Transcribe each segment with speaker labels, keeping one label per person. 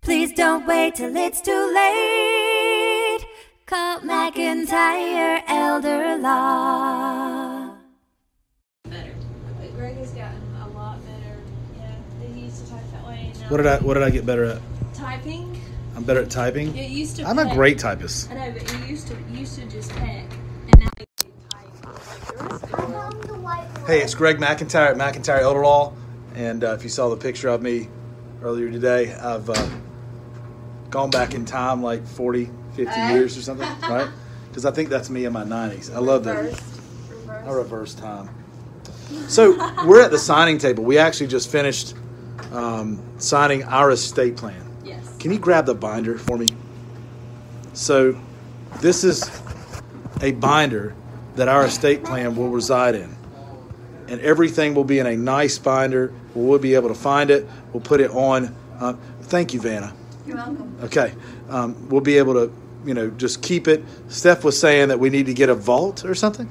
Speaker 1: Please don't wait till it's too late. Call McIntyre Elder Law.
Speaker 2: better.
Speaker 3: But Greg has gotten a lot better. You know, that he used to type that way. And now
Speaker 4: What did I What did I get better at?
Speaker 3: Typing.
Speaker 4: I'm better at typing.
Speaker 3: It used to.
Speaker 4: I'm a
Speaker 3: peck.
Speaker 4: great typist.
Speaker 3: I know, but you used to you used to just peck, and now you can type like the rest of the world.
Speaker 4: Hey, it's Greg McIntyre at McIntyre Elder Law, and uh, if you saw the picture of me earlier today, I've uh, gone back in time like 40, 50 years or something, right? Because I think that's me in my 90s. I love that.
Speaker 3: Reversed. Reversed.
Speaker 4: I reverse time. So we're at the signing table. We actually just finished um, signing our estate plan.
Speaker 3: Yes.
Speaker 4: Can you grab the binder for me? So, this is a binder that our estate plan will reside in. And everything will be in a nice binder. We'll be able to find it. We'll put it on. Uh, thank you, Vanna.
Speaker 2: You're welcome.
Speaker 4: Okay. Um, we'll be able to, you know, just keep it. Steph was saying that we need to get a vault or something.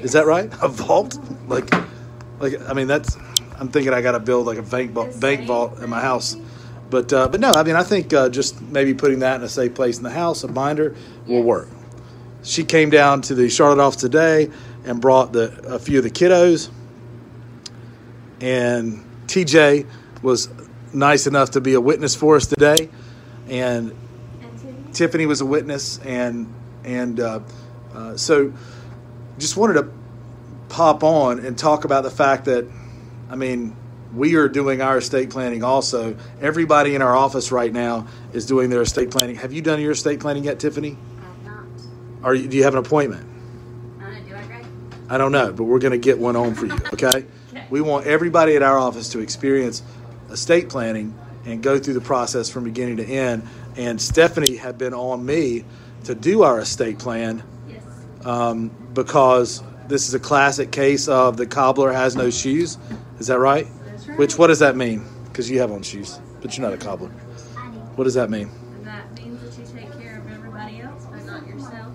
Speaker 4: Is that right? A vault? Like, like I mean, that's. I'm thinking I got to build like a bank vault,
Speaker 3: The
Speaker 4: bank
Speaker 3: same
Speaker 4: vault in my house. But uh, but no, I mean, I think uh, just maybe putting that in a safe place in the house, a binder, will
Speaker 3: Yes.
Speaker 4: work. She came down to the Charlotte office today and brought the a few of the kiddos and TJ was nice enough to be a witness for us today, and Tiffany was a witness, and and uh, uh, so just wanted to pop on and talk about the fact that, I mean, we are doing our estate planning also. Everybody in our office right now is doing their estate planning. Have you done your estate planning yet, Tiffany?
Speaker 2: I'm not.
Speaker 4: Are you, do you have an appointment?
Speaker 2: Uh, do I, Greg?
Speaker 4: I don't know, but we're going to get one on for you, okay? We want everybody at our office to experience estate planning and go through the process from beginning to end. And Stephanie had been on me to do our estate plan
Speaker 3: Yes.
Speaker 4: um, because this is a classic case of the cobbler has no shoes. Is that right?
Speaker 3: That's right.
Speaker 4: Which, what does that mean? Because you have on shoes, but you're not a cobbler. What does that mean?
Speaker 3: And that means that you take care of everybody else, but not yourself.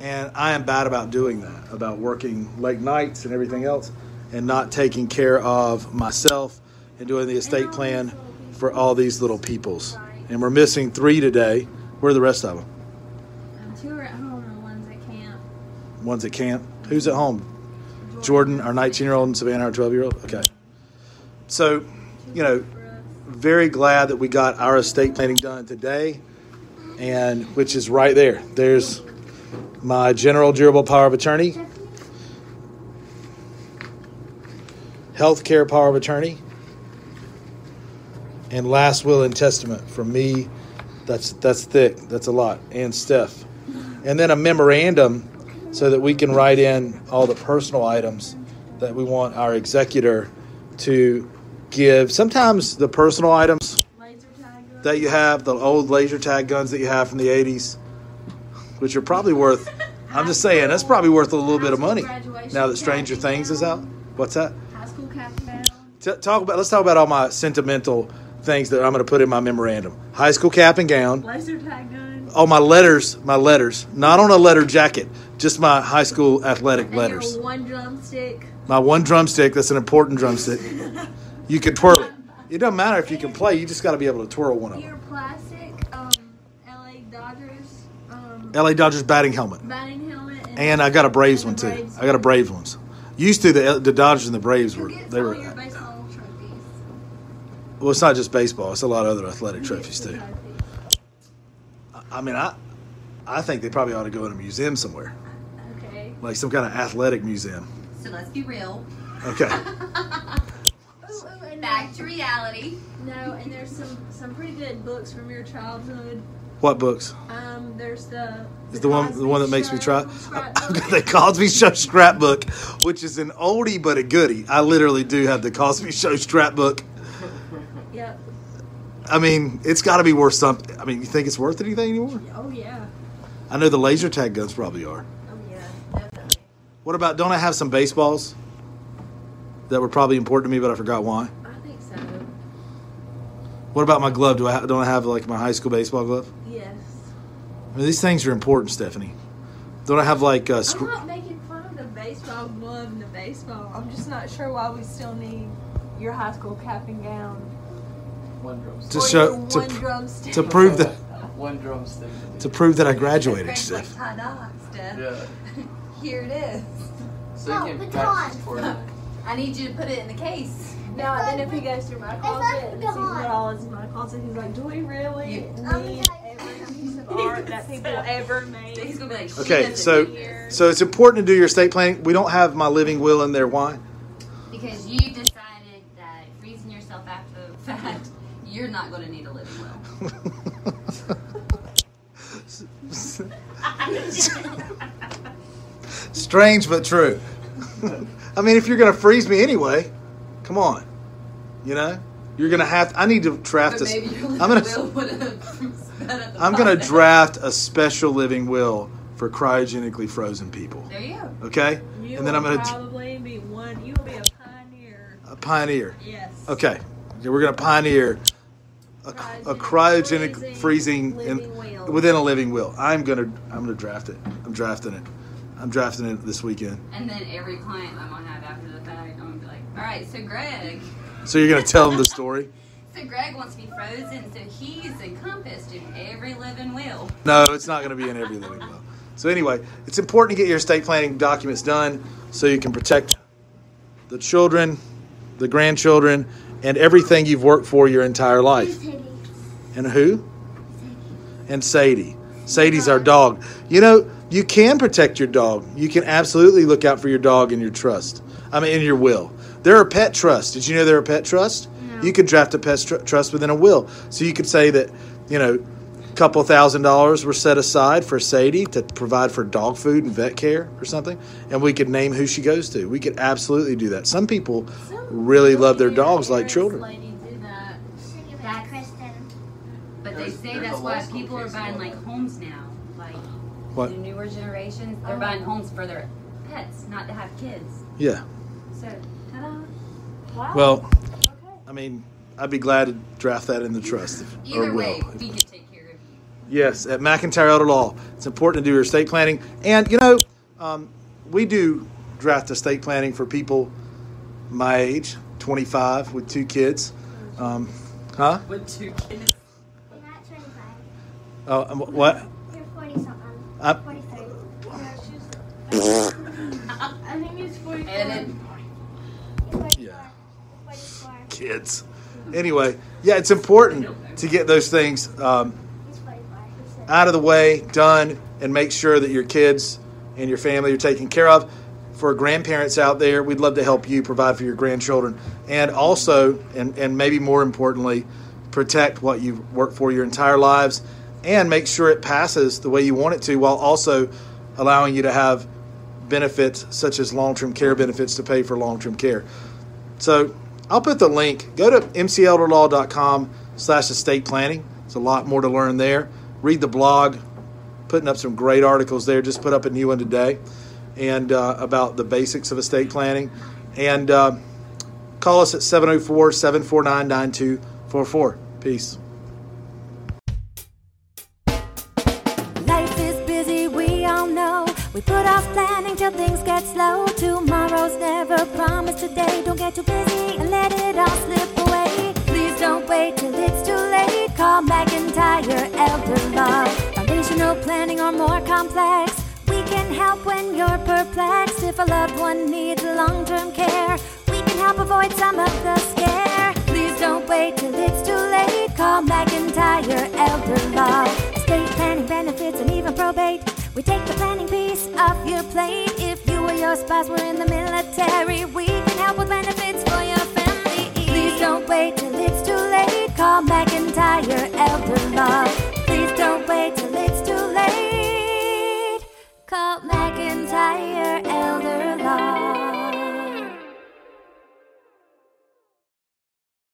Speaker 4: And I am bad about doing that, about working late nights and everything else, and not taking care of myself and doing the estate plan for all these little peoples. And we're missing three today. Where are the rest of them?
Speaker 3: Um, two are at home, and one's at camp.
Speaker 4: One's at camp. Who's at home? Jordan, our 19 year old, and Savannah, our 12 year old. Okay. So, you know, very glad that we got our estate planning done today, and which is right there. There's my general durable power of attorney, healthcare power of attorney, and last will and testament from me. That's that's thick. That's a lot. And Steph, and then a memorandum so that we can write in all the personal items that we want our executor to give. Sometimes the personal items
Speaker 3: Laser tag.
Speaker 4: that you have, the old laser tag guns that you have from the 80s, which are probably worth, I'm just saying, that's probably worth a little bit of money now that Stranger Things is out. What's that?
Speaker 3: High school cap and gown.
Speaker 4: T- talk about. Let's talk about all my sentimental things that I'm going to put in my memorandum. High school cap and gown.
Speaker 3: Laser tag gun.
Speaker 4: Oh, my letters, my letters. Not on a letter jacket, just my high school athletic
Speaker 3: And
Speaker 4: letters.
Speaker 3: your one drumstick.
Speaker 4: My one drumstick, that's an important drumstick. You can twirl it. It doesn't matter if you can play, you just got to be able to twirl one of them.
Speaker 3: Your plastic. Um, LA Dodgers. Um,
Speaker 4: LA Dodgers batting helmet.
Speaker 3: batting helmet. And,
Speaker 4: And I got a Braves one
Speaker 3: And a
Speaker 4: too.
Speaker 3: Braves
Speaker 4: I got a
Speaker 3: one.
Speaker 4: Braves ones. Used to the the Dodgers and the Braves
Speaker 3: Who
Speaker 4: were
Speaker 3: gets
Speaker 4: they
Speaker 3: all
Speaker 4: were
Speaker 3: your baseball trophies?
Speaker 4: well. It's not just baseball. It's a lot of other athletic
Speaker 3: Who
Speaker 4: trophies
Speaker 3: gets the
Speaker 4: too.
Speaker 3: trophies?
Speaker 4: I mean, I I think they probably ought to go in a museum somewhere,
Speaker 3: Okay.
Speaker 4: like some kind of athletic museum.
Speaker 2: So let's be real.
Speaker 4: Okay.
Speaker 3: Ooh, ooh, and
Speaker 2: Back to reality.
Speaker 3: No, and there's some some pretty good books from your childhood.
Speaker 4: what books?
Speaker 3: Um, there's the
Speaker 4: Is the one the
Speaker 3: Cosby
Speaker 4: one that makes me
Speaker 3: Show,
Speaker 4: try?
Speaker 3: Scrapbook.
Speaker 4: the Cosby Show scrapbook, which is an oldie but a goodie. I literally do have the Cosby Show scrapbook.
Speaker 3: yep.
Speaker 4: I mean, it's got to be worth something. I mean, you think it's worth anything anymore?
Speaker 3: Oh yeah.
Speaker 4: I know the laser tag guns probably are.
Speaker 3: Oh yeah. Definitely.
Speaker 4: What about? Don't I have some baseballs that were probably important to me, but I forgot why?
Speaker 3: I think so.
Speaker 4: What about my glove? Do I ha- don't I have like my high school baseball glove?
Speaker 3: Yes.
Speaker 4: I mean, these things are important, Stephanie. Don't I have like uh,
Speaker 3: I'm
Speaker 4: scr-
Speaker 3: not making fun of the baseball glove and the baseball. I'm just not sure why we still need your high school cap and gown
Speaker 5: One drumstick.
Speaker 4: To
Speaker 6: Or
Speaker 4: show-
Speaker 6: do
Speaker 4: to
Speaker 6: one
Speaker 4: pr-
Speaker 6: drumstick.
Speaker 4: to prove that
Speaker 5: One drumstick.
Speaker 4: to prove that I graduated,
Speaker 2: Greg's like,
Speaker 4: Steph.
Speaker 2: ta-da, Steph.
Speaker 5: Yeah.
Speaker 6: Here it is.
Speaker 5: So you
Speaker 7: Oh,
Speaker 5: can
Speaker 7: batons.
Speaker 5: practice for it.
Speaker 2: I need you to put it in the case.
Speaker 6: No, and then if he goes through my closet and sees
Speaker 7: gone.
Speaker 6: what all is in my closet, he's like, do we really
Speaker 2: You-
Speaker 6: need every piece of art that people ever
Speaker 2: He's
Speaker 6: made?
Speaker 2: gonna be like, she
Speaker 4: Okay,
Speaker 2: doesn't
Speaker 4: so-
Speaker 2: need this.
Speaker 4: So it's important to do your estate planning. We don't have my living will in there. Why?
Speaker 2: because you decided that freezing yourself after the fact, you're not gonna need a living will.
Speaker 4: Strange but true. I mean, if you're going to freeze me anyway, come on. You know, you're going to have. I need to draft
Speaker 2: But
Speaker 4: this.
Speaker 2: maybe your
Speaker 4: I'm
Speaker 2: living
Speaker 4: going to.
Speaker 2: will would have been at the
Speaker 4: I'm going
Speaker 2: bottom.
Speaker 4: to draft a special living will for cryogenically frozen people.
Speaker 2: There you go.
Speaker 4: Okay,
Speaker 6: You
Speaker 4: and then I'm
Speaker 6: will
Speaker 4: going to
Speaker 6: probably be one. You will be a pioneer.
Speaker 4: a pioneer.
Speaker 6: Yes.
Speaker 4: Okay, Yeah, we're going to pioneer a, a cryogenic
Speaker 6: Cryogenic
Speaker 4: freezing,
Speaker 6: living
Speaker 4: in,
Speaker 6: will.
Speaker 4: within a living will. I'm going to I'm going to draft it. I'm drafting it. I'm drafting it this weekend.
Speaker 2: And then every client I'm gonna have after the fact, I'm gonna be like, all right, so Greg.
Speaker 4: So you're going to tell them the story.
Speaker 2: So Greg wants to be frozen, so he's encompassed in every living will.
Speaker 4: No, it's not going to be in every living will. So anyway, it's important to get your estate planning documents done so you can protect the children, the grandchildren, and everything you've worked for your entire life. And who? And Sadie. Sadie's our dog. You know, you can protect your dog. You can absolutely look out for your dog in your trust. I mean, in your will. There are pet trusts. Did you know there are pet trusts? You could draft a pet tr- trust within a will. So you could say that, you know, a couple thousand dollars were set aside for Sadie to provide for dog food and vet care or something. And we could name who she goes to. We could absolutely do that. Some people really love their dogs like children.
Speaker 2: Ladies do that.
Speaker 7: Sing about Kristen.
Speaker 2: But they
Speaker 5: There's-
Speaker 2: say
Speaker 5: there's
Speaker 2: that's
Speaker 5: a
Speaker 2: why
Speaker 5: law school
Speaker 2: people are
Speaker 5: case
Speaker 2: buying
Speaker 5: about
Speaker 2: like homes now. Like
Speaker 4: What?
Speaker 2: the newer generations, they're buying homes for their pets, not to have kids.
Speaker 4: Yeah.
Speaker 2: So ta-da. Oh,
Speaker 4: Well, I mean, I'd be glad to draft that in the trust if,
Speaker 2: Either
Speaker 4: or will.
Speaker 2: way, we can take care of you.
Speaker 4: Yes, at McIntyre Elder Law. It's important to do your estate planning. And, you know, um, we do draft estate planning for people my age, 25, with two kids. Um, huh?
Speaker 2: With two kids.
Speaker 7: You're not 25.
Speaker 4: Uh, um, what?
Speaker 7: You're 40 something.
Speaker 4: Uh,
Speaker 7: 43.
Speaker 6: I think he's 44.
Speaker 2: And then
Speaker 7: You're 44.
Speaker 4: Yeah.
Speaker 7: You're 44.
Speaker 4: kids. Anyway, yeah, it's important to get those things um,
Speaker 7: He's 44. He's said-
Speaker 4: out of the way, done, and make sure that your kids and your family are taken care of. For grandparents out there, we'd love to help you provide for your grandchildren and also, and, and maybe more importantly, protect what you've worked for your entire lives and make sure it passes the way you want it to while also allowing you to have benefits such as long term care benefits to pay for long term care. So I'll put the link. Go to mcelderlaw.com slash estate planning. There's a lot more to learn there. Read the blog. Putting up some great articles there. Just put up a new one today and uh, about the basics of estate planning. And uh, call us at 704 749 9244. Peace.
Speaker 1: Life is busy, we all know. We put off planning till things get slow. Tomorrow's never promised today. Don't get too busy and let it all slip away. Please don't wait till it's too late. Call McIntyre Elder Law. Foundational planning or more complex. We can help when you're perplexed. If a loved one needs long term care, we can help avoid some of the scare. Please don't wait till it's too late. Call McIntyre Elder Law. Estate planning benefits and even probate. We take the planning piece off your plate. If you or your spouse were in the military, we can help with benefits for your family. Please don't wait till it's too late. Call McIntyre Elder Law. Please don't wait till it's too late. Call McIntyre